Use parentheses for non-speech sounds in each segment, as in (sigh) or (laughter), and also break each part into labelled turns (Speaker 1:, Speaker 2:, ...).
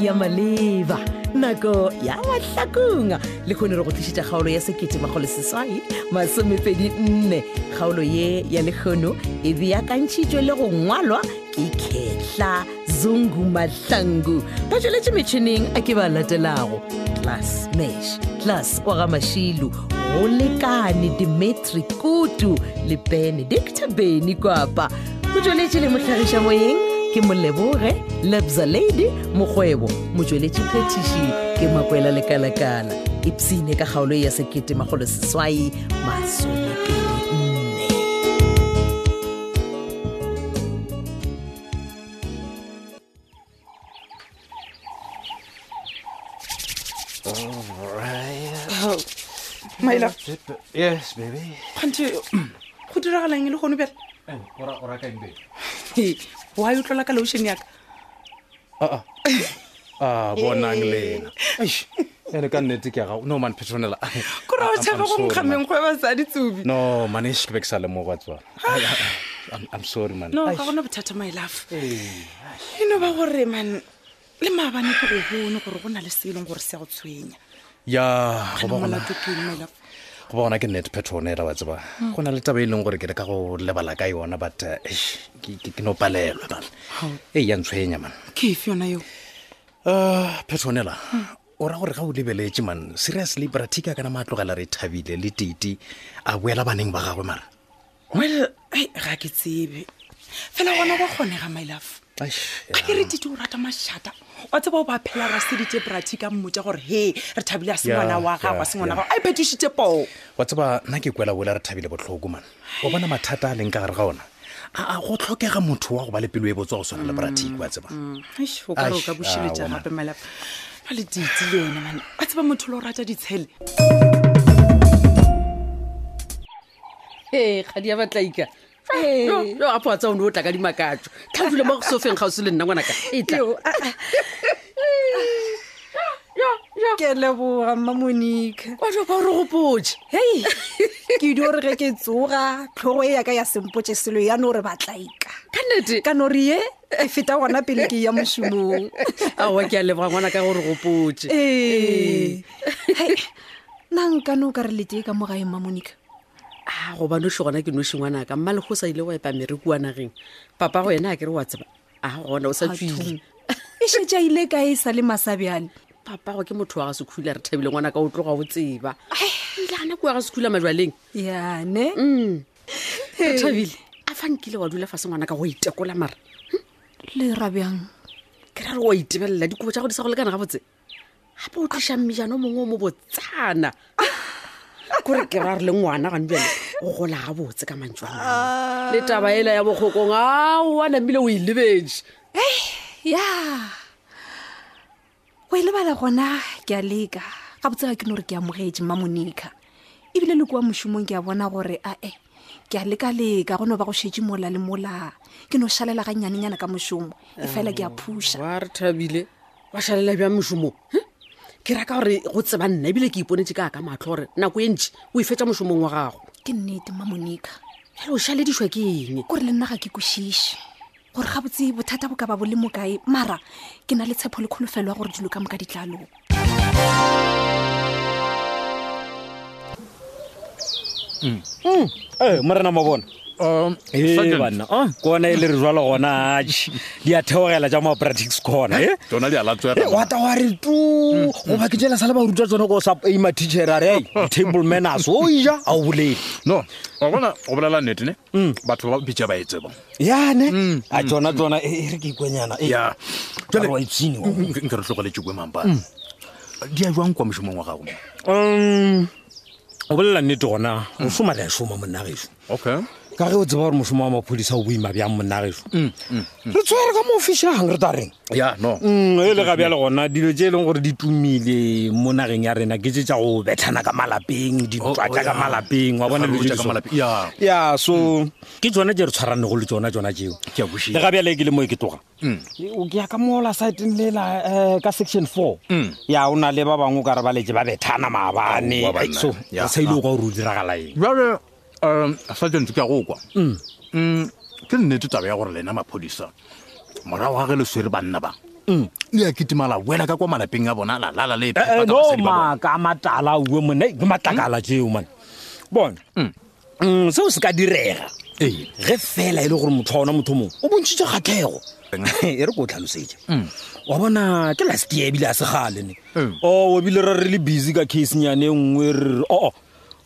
Speaker 1: ya maleba nako ya mahlakong le kgone re go tlišitša kgaolo ya sekete magolo seswai masomepedi nne kgaolo ye ya lekgono e beakantšhitšwe le go ngwalwa ke kgetla zungu mahlangu ba tsweletše metšhineng a ke ba latelago clas mesh clas wa ga mašilu go lekane dimetri kutu le benedicta beny kwapa o tsweletše le motlhagiša moyeng ke moleboge lebza lady mokgwebo motsweletši phetiši ke makwela lekalakala ipsene ka kgaolo ya sekete magolo seswai masomepedi nne
Speaker 2: Oh, my love
Speaker 3: yes baby
Speaker 2: kgante go diragalang e le gone bjale
Speaker 3: o rakang baby
Speaker 2: He, wa e tlola ka lotion yaka
Speaker 3: aa a bonang le ena Ah, Eish, ene ka nnete ke aga no man phetonela
Speaker 2: kore o tshaba go nkgameng go e basadi tsobi
Speaker 3: no manesh ke be ke sa lemoga tswana I'm- i'm sorry man
Speaker 2: no ga gona bothata my love e no ba gore man le maabane ke go bone gore go na le se e leng gore se a go tshwenya
Speaker 3: ya go ba gona-
Speaker 2: molato keng my love
Speaker 3: go ba gona ke nnete phetonela wa tseba
Speaker 2: Hmm.
Speaker 3: go na le taba e leng gore ke le ka go lebala ka yona but eh, eish, ke- ke ke no palelwe man e ya ntshwenya man
Speaker 2: ke efe yona eo
Speaker 3: Uh, petonela
Speaker 2: Hmm.
Speaker 3: o ra gore ga o lebeletse man seriously bratica kana maatlogela re thabile le tete a boela baneng ba gagwe mara
Speaker 2: well ei, ga ke tsebe fela gona go kgonega my love
Speaker 3: Eish,
Speaker 2: ga ke re tite o rata mašata wa tseba o ba phela ra sedite brati ka mmotsa gore he re thabile a
Speaker 3: Yeah,
Speaker 2: sengwana wa gago
Speaker 3: yeah,
Speaker 2: a sengwana
Speaker 3: yeah.
Speaker 2: gago a iphetošitse poo
Speaker 3: wa tseba nna ke kwela boela re thabile botlhoko man o bona mathata a leng ka gare ga ona a a go tlhokega motho wa go ba le pelo e botswa go swana le bratica wa tseba
Speaker 2: Eish, o kare o
Speaker 3: Aish,
Speaker 2: ka bušeletša
Speaker 3: aowa, man.
Speaker 2: gape malapa ba le dite le ena mane a tseba motho le o rata ditshele
Speaker 4: ee ga di a batlaika yo apo wa tsa one o tla ka dimakatso tlhadule mo go sofeng ga o se le nna ngwanaka e tla
Speaker 5: ah, ke leboga mma monica
Speaker 4: o joka gore gopotse
Speaker 5: hei ke di ore ge ke tsoga tlhogo e yaka ya sempotse selo yano ore batlaika
Speaker 4: ka nnete
Speaker 5: e ka no re ye e feta gona pele ke ya mošomong
Speaker 4: aowa ke a leboga ngwanaka gore gopotse
Speaker 2: Eh.
Speaker 5: ee Hei, nna nkane o ka re letee ka mo gae mma monica
Speaker 4: a gobane o tle gona ke noši ngwanaka mma le go sa ile wa epa mereko wa nageng papa go yena a kere wa tseba a gona o sa tswile
Speaker 5: e šetša ile kae e sa le masabjane
Speaker 4: papago ke motho wa ga sekhula re thabile ngwanaka o tloga o tseba
Speaker 2: Eh.
Speaker 4: ile a nako wa ga sekhula majaleng
Speaker 5: yane
Speaker 4: Mm.
Speaker 2: Eh.
Speaker 4: re thabile a fa nkile wa dula fase ngwanaka go itekola mara
Speaker 5: le rabjang
Speaker 4: ke ra re wa itebelela dikobo tsa go di sa go lekana ga botse gape o tliša mmejano mongwe o mo botsana kore ke ra re le ngwana gane bjale o gola ga botse ka mantso a ngwana. le taba ela ya bokgokong aowa namile o e lebetse
Speaker 5: ya go e lebala gona ke a leka ga botse ga ke no gore ke amogetse mma monica ebile le kua mošomong ke a bona gore ae ke a leka-leka go no ba go šetse mola le mola ke no šalela ga nnyanenyana ka mošomo efela ke a phuša
Speaker 4: wa re thabile wa šalela bja mošomo hm? ke raka gore go tseba nna ebile ke iponetse ka ka matlho gore nako e ntšhi o e fetsa mošomong wa gago
Speaker 5: ke nnete mma monica
Speaker 4: jale o šaledišwa ke eng
Speaker 5: kore le nna ga ke kwešiše gore ga botse bothata bo ka ba bo le mokae mara ke na le tshepo le kholofelo ya gore dilo ka moka ditlalong
Speaker 6: ee morena mabone
Speaker 3: Sergeant.
Speaker 6: Um, Ee, banna kona e le re jalo gona ae di a theogela tša moapratics corner e
Speaker 3: tsona di a
Speaker 6: wata wa re tu goba ke jela sa le ba ruta tsone ko sa ima teacher a re (laughs) "Ei, table manners o e ja a o bolele
Speaker 3: no wa bona go bolela nnetene batho ba bitša ba e tseba
Speaker 6: yane a tsona tsona e e re ke ikwenyana e,
Speaker 3: ya
Speaker 6: a re wa e ipsene wa.
Speaker 3: nke re tlogeletse kwe mampane di a jwang kwa mošomong wa gago mo?
Speaker 6: Um, o bolela nnete gona o soma re a šoma monna gešo
Speaker 3: okay
Speaker 6: Mm. ka ge o tseba gore mošomo wa maphodisa o boima bjang monna gešo re tshwere ka moofišang re ta reng
Speaker 3: ya no
Speaker 6: Mm, e le ga bjale gona dilo tse e leng gore di tumile mo nageng ya rena ke tse tsa go bethana ka malapeng
Speaker 3: Oh,
Speaker 6: dintwa tša
Speaker 3: yeah.
Speaker 6: ka malapeng wa bona
Speaker 3: Dikgaruru
Speaker 6: dilo
Speaker 3: tša ka
Speaker 6: tse
Speaker 3: malapeng,
Speaker 6: di
Speaker 3: yeah.
Speaker 6: so- ya so ke tsone tse re tshwaranego le tsona tsona tseo
Speaker 3: Mm. Ke a Mm. bošetša.
Speaker 6: le ga bjale ke le mo e ke tloga o ke ya ka mola siteng lela um ka section four
Speaker 3: Mm.
Speaker 6: ya o na le ba bangwe o ka re ba letse ba bethana maabane
Speaker 3: Aowa,
Speaker 6: Ai,
Speaker 3: banna.
Speaker 6: so re
Speaker 3: Yeah,
Speaker 6: sa ile o ka gore o diragala eng
Speaker 3: jale um sergeant ke Mm, a go kwa Mm, ke nnete taba ya gore lena maphodisa morago ga ge le swere banna ba Mm. le ya kitimala wela ka kwa malapeng a bona lalala le
Speaker 6: Eh,
Speaker 3: phepa ka
Speaker 6: eh, no
Speaker 3: basadi ba bona. Mm.
Speaker 6: maaka a matala ue mone ke matlakala teo mane bona Mm, seo se ka direga
Speaker 3: Ee.
Speaker 6: ge fela e le gore motho wa ona motho mong o bontšhitse kgatlhego (laughs) e re ko o tlhalosetša wa bona ke last year ebile a segalene
Speaker 3: Mm.
Speaker 6: oo Oh, ebile ra re le busy ka casenyane nngwe re re oo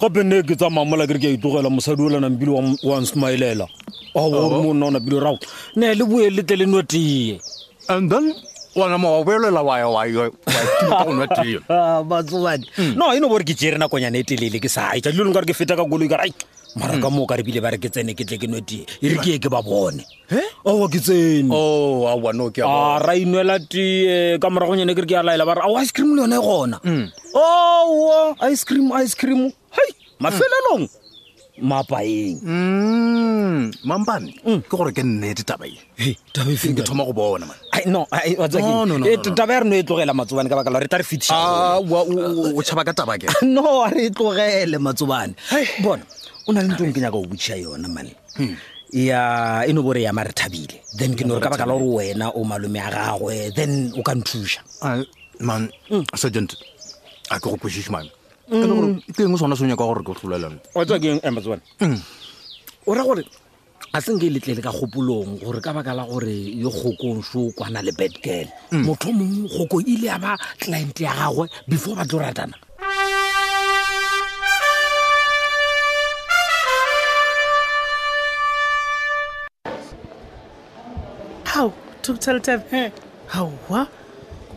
Speaker 6: gape nne ke tsamaya mola kere ke a itlogela mosadi o lanangpile wa nsmilela ore monna ona pile rao ne le boe letle le nwe tee
Speaker 3: and then wa nama wa boelela wa ya wa ya- wa ya tima ka go (laughs) nwa tee.
Speaker 6: batsogadi Mm. no eno bore ke tere nakonyana e telele ke sa itsa dilo nka re ke feta ka koloi kare ai mara ka moo ka re bile ba re ke tsene ke tle ke nwe tee e re ke ye ke ba bone aa ke tsene
Speaker 3: Oh, aowa, no, ke a bona.
Speaker 6: a Ah, ra inwela tee ka moragonyane ke re ke a laela ba re ao ice cream le yone e gona
Speaker 3: Mm.
Speaker 6: oo ice cream ice cream hai mafelelong mapaeng
Speaker 3: Ah. Mm, mampane ke gore ke nnete taba e ke thoma go bona man
Speaker 6: Ai, no ai, wa tseba
Speaker 3: No,
Speaker 6: keng?
Speaker 3: no, no,
Speaker 6: Eh,
Speaker 3: no, no.
Speaker 6: taba ya re no e tlogela matsobane ka baka la gore re tla re fetiša
Speaker 3: Ah, wa- o o- o tšhaba ka taba (laughs) ke
Speaker 6: (laughs) no a re e tlogele matsobane bona o na le ntong ke nyaka o botšha yona mane ya e no bore ya mare thabile then ke nore ka baka la gore wena o malome a gagwe then o ka nthuša
Speaker 3: Ah, man
Speaker 5: Mm.
Speaker 3: sergeant a ke go kwešiše mane e le gore ke eng sona se o nyaka gore ke eh, go tlholelane
Speaker 6: wa tsa keng ematsobane o ra gore a senke e letlele ka kgopolong gore ka baka la gore yo kgokong so o kwana le bad girl
Speaker 2: Mm.
Speaker 6: motho o mongwe kgoko e ile a ba client ya gagwe before ba tlo ratana
Speaker 7: hao toptaltab gaowa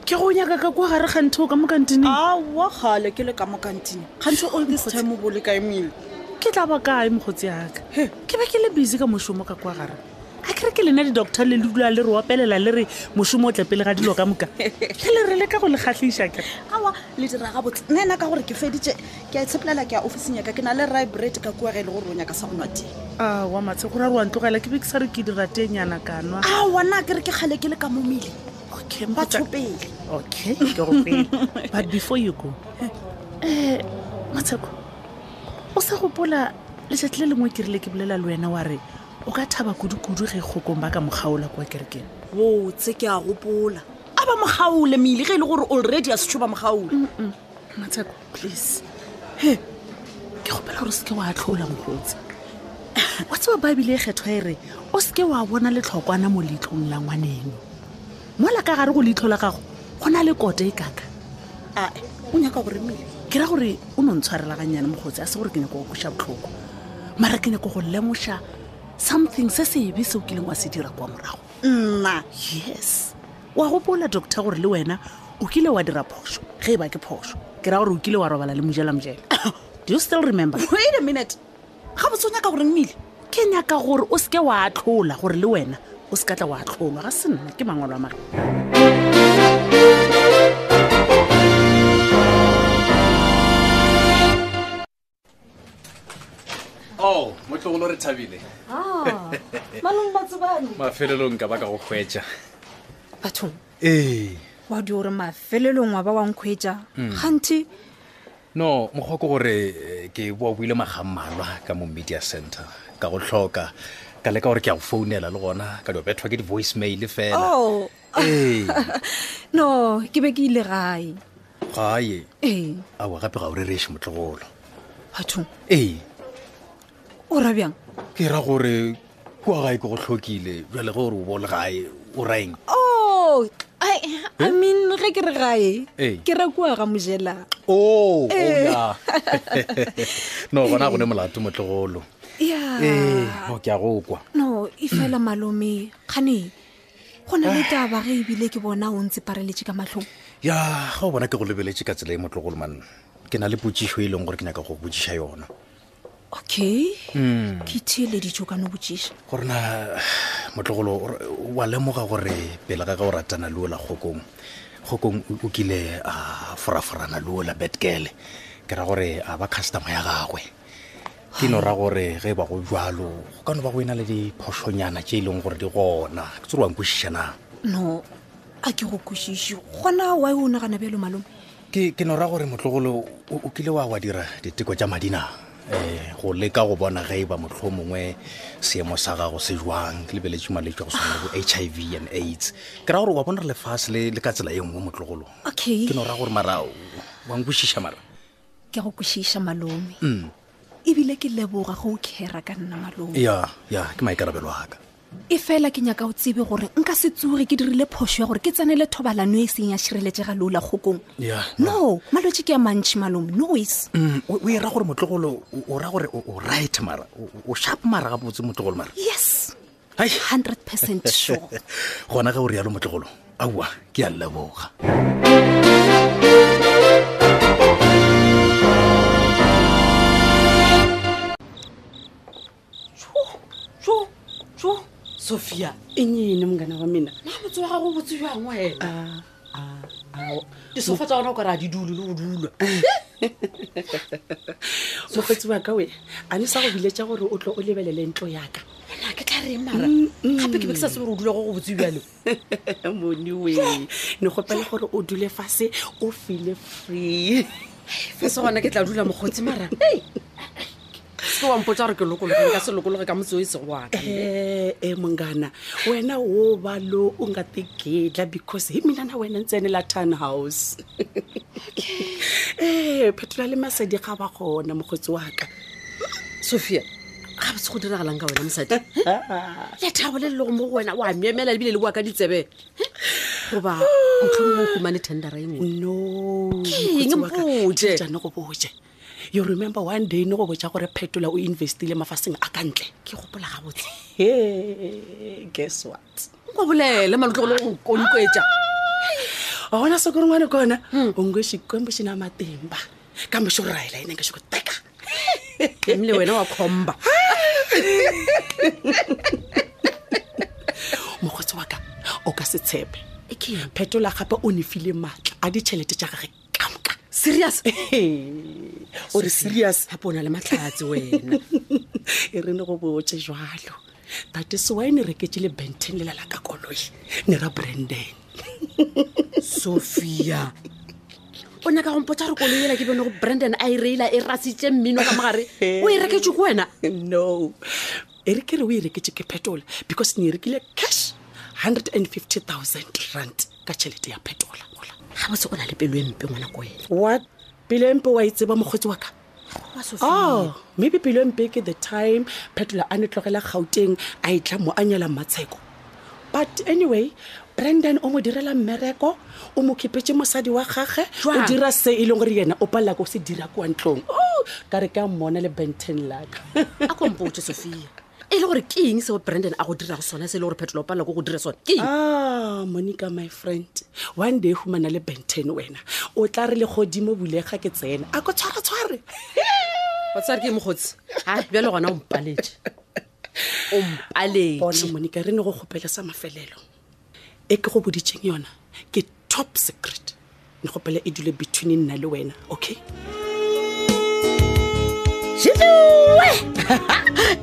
Speaker 7: ke go nyaka ka kwa gare ga ntho ka mo kantineng
Speaker 2: aowa gale ke le ka mo kantine gantse all this time o bole ka emile
Speaker 7: ke tla ba kae mogotsi aka ke be ke le busy ka mošomo ka kwa gare a kere ke lena di-doctor le dula le re opelela le re mošomo o tlepele ga dilo ka (laughs) moka ke le re le ka go le kgatlhiša ke
Speaker 2: aa le dira gabotse nna ena ka gore ke feditse ke a tshepelela ke ya officing yaka ke na le ribred ka kua ge e le gore o nyaka sa go nwa tee
Speaker 7: a Ah, wa matshe go rare wa ntlogela ke be ke sa re ke dira teng yana kanwa
Speaker 2: a wana ke re ke gale ke le ka mo mele
Speaker 7: okay
Speaker 2: batho
Speaker 7: Ah, mokgotsi-
Speaker 2: pele
Speaker 7: okay ke go pele (laughs) but before you go um matsheko o sa gopola letšatši le lengwe ke rile ke bolela le wena wa re o ka thaba kudu-kudu ge kgokong ba ka mokgaola kwa kerekeng
Speaker 2: botse ke a gopola a ba mogaole mele ge e le gore already a setho ba mogaole
Speaker 7: matsheko please he ke gopela gore o seke wa tlhola mokgotsi wa tseba baebile e kgethwa e re o seke wa bona letlhokwana mo leitlhong la ngwaneno mola ka gare go leitlho la gago go na le kote e kaka
Speaker 2: ae o nyaka gore mele
Speaker 7: ke ra gore o no ntshwarelaganyana mogotsi a se gore ke nyako go koša botlhoko mara ke nyako go lemoša something se sebe seo kileng wa se dira kwa morago
Speaker 2: nna
Speaker 7: yes wa gopola doctor gore le wena o kile wa dira phošo ge e ba ke phošo ke ra gore o kile wa robala le mojela mojela do you still remember
Speaker 2: wait a minute ga botse o nyaka gore mmele
Speaker 7: ke nyaka gore o seke wa atlhola gore le wena o se ka tla wa atlholwa ga se nna ke mangwalo a mare
Speaker 3: o motlogolo re thabile
Speaker 5: Ah, malong batsobane
Speaker 3: (laughs) mafelelong ka baka go kgwetša
Speaker 5: bathong
Speaker 3: ee
Speaker 5: wa di gore mafelelong wa ba wankgwetsa gante
Speaker 3: no mokgwa ke gore eh, ke boa buile magammalwa ka mo media center ka go tlhoka ka leka gore ke a go founela le gona ka dio bethwa ke di-voice mail fela
Speaker 5: oh
Speaker 3: ee
Speaker 5: (laughs) no ke be ke ile gae
Speaker 3: gae
Speaker 5: ee
Speaker 3: aowa gape ga o rereše motlogolo
Speaker 5: bathong
Speaker 3: ee
Speaker 5: o rabjang
Speaker 3: ke ra gore kua gae ke go tlhokile jale gore o bole gae o raeng
Speaker 5: o i Oh, I mean ge ke re
Speaker 3: Eh? Ee.
Speaker 5: gae ke ra kua ga mojela
Speaker 3: o oya (laughs) no gona go ne molato motlogolo ee
Speaker 5: ya
Speaker 3: o ke a go kwa
Speaker 5: no e fela malome kgane go na
Speaker 3: Ah.
Speaker 5: le taba ge ebile ke bona o ntse pareletše ka matlhong
Speaker 3: ya ga o bona ke go lebeletse ka tsela e motlogolo manna ke na le potsišo e leng gore ke nyaka go botsiša yona
Speaker 5: okay
Speaker 3: Hmm.
Speaker 5: ke theeleditšo ka no botšiša
Speaker 3: gore na motlogolo o- wa lemoga gore pele ga ka o ratana le ola kgokong kgokong o- o kile a foraforana le ola betgale ke ra gore a ba customer ya gagwe ke no ra gore ge ba go jalo go ka no ba go ena le diphošonyana tše e leng gore di gona ke tse re wankwešišanang
Speaker 5: no a ke go kwešiše gona wa o nagana bjalo malome
Speaker 3: ke ke no ra gore motlogolo o o kile wa wa dira diteko tša madina eh go leka go bona ge e ba mohlomongwe seemo sa gago se jwang ke lebeletše malwetse a go swana le bo h i v and aids ke ra gore wa bona re lefase le le ka tsela ye nngwe motlogolong
Speaker 5: okay
Speaker 3: ke no ra gore mara wa nkwešiša mara
Speaker 5: ke go kwešiša malome
Speaker 3: Hmm.
Speaker 5: ebile ke leboga go o kgera ka nna malome
Speaker 3: ya ya ke maikarabelo aka
Speaker 5: e fela ke nyaka o tsebe gore nka se tsoge ke dirile phošo ya gore ke tsenele thobalano e seng ya šireletsega leola kgokong
Speaker 3: Ya,
Speaker 5: no malwetse ke a mantšhi malome noise
Speaker 3: Mm, o o e ra gore motlogolo o- o ra gore o- o right mara o- o sharp mara gabotse motlogolo mara
Speaker 5: yes
Speaker 3: Hai.
Speaker 5: 100 percent sure
Speaker 3: (laughs) gona ge o rialo motlogolo aowa ke a leboga
Speaker 4: sophia
Speaker 2: enyene e mongana wa mina
Speaker 4: na motse wa gago botse jang wena disofa tsa gona o kare a di dule le go dulwa
Speaker 2: mokgotsi wa ka we a ne sa go biletša gore o tlo o lebelele ntlo Mm, yaka
Speaker 4: na ke tla reng mara gape ke be ke sa sebe gore o dula go go botse jalo
Speaker 2: (laughs) mone we ne gopela gore o dule fase o file free
Speaker 4: fe se gona ke tla dula mokgotsi mara se wampotsa gore ke lokologe ka se lokologe ka motse o e se go aka
Speaker 2: ee ee, Eh, mongana wena wo va lo u nga tigedla because hi mina na wena ntsene la town house (laughs) ee phetola le masedi ga ba gona mokgotsi wa ka
Speaker 4: sophia ga botse go diragalang ka wena mosadi
Speaker 7: (laughs)
Speaker 4: lethabo le lelego mo go wena oa meemela ebile le boa ka ditsebe goba motlhomo o humane tendera e nngwe
Speaker 2: no
Speaker 4: Ke eng, mpotše?
Speaker 2: jane go botse you remember one day ne go botsa gore phetola o investile mafaseng a ka ntle
Speaker 4: ke gopola gabotse
Speaker 2: Hey, guess what
Speaker 4: nko bolele malotlogole go konkwetsa
Speaker 2: wa bona siku rin'wana kona u nge xikwembu xi na matimba kambe xo rahela yena nge xi ku teka
Speaker 4: emile wena wa khomba
Speaker 2: mokgotsi wa ka o ka se tshepe
Speaker 4: E
Speaker 2: phetola gape o nefile maatla a ditšhelete tša gage kamoka
Speaker 4: serious
Speaker 2: o re serious
Speaker 4: gape o na le matlhatse wena
Speaker 2: (laughs) e re ne go botse jalo tate sewae ne reketse le benten le lala ka koloi ne ra branden
Speaker 4: sophia o nyaka gompotsa gore koloi ela ke bone go brandon a e reila e rasitse mmino
Speaker 1: (laughs)
Speaker 4: ka mogare o e reketse ko wena
Speaker 2: no e re ke re o e reketse ke phetola because ne e rekile cash hundred and fifty thousand rand ka tšhelete ya phetola
Speaker 4: ga botse o na le pelo e mpe ngwana ko wena
Speaker 2: what pelo empe wa e tseba mokgwetsi wa ka
Speaker 4: Goba Sophia,
Speaker 2: oh maybe pelo empe ke the time phetola a ne tlogela gauteng a e tla mo a nyala matsheko but anyway brandon o mo direla mmereko o mo khipetse mosadi wa gage o
Speaker 4: Jwang?
Speaker 2: dira se e leng gore yena o palela ko se dira kwa ntlong o ka re ka mmona le benten laka
Speaker 7: (laughs)
Speaker 4: a kompotse sophia e le gore ke eng seo brandon a go dira go sone se e le gore phetola o palela ko go dira sone ke eng
Speaker 2: ah monica my friend one day humana le benten wena o tla re le godimo bulega ke tsena a ko tshwaretshware
Speaker 4: wa tsare ke eng mogotsi a bjale gona o mpaletše o
Speaker 2: bona
Speaker 4: mpaletše
Speaker 2: monica re ne go kgopele sa mafelelo e ke go boditseng yona ke top secret ne kgopele e dule between nna le wena okay
Speaker 1: Shijuwe!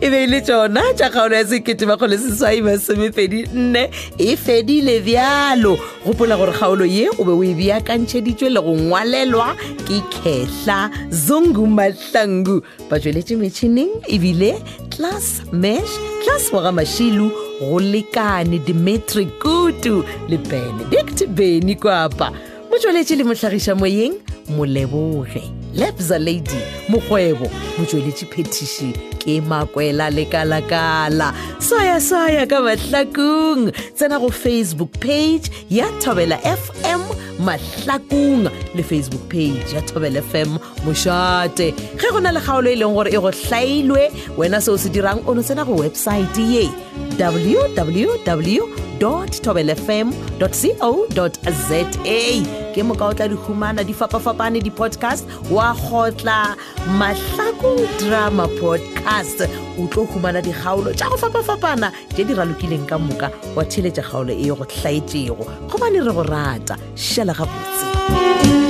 Speaker 1: e be e le tsona tša kgaolo ya seketemakgolo seswai masomepedi nne e fedile bjalo gopola gore kgaolo ye o be o e beakantšheditšwe le go ngwalelwa ke kehla zungu mahlangu ba tsweletše metšhineng ebile class mash class wa ga mašilu go lekane dimetri kutu le benedict beny kwapa motsweletši le mohlagiša moyeng moleboge lepza lady mokgwebo motsweletši phetiši ke makwela lekala-kala swaya-swaya ka mahlakong tsena go facebook page ya thobela fm mahlakong le facebook page ya thobela fm mošate ge go na le kgaolo e leng gore e go hlailwe wena seo se dirang o no tsena go websaete ye www.tobelfm.co.za ke moka o tla di humana di fapafapane di-podcast wa kgotla mahlaku drama podcast o tlo humana dikgaolo tša go fapafapana tše di ralokileng ka moka wa theletša kgaolo e go hlaetšego gobane re go rata šhela gabotse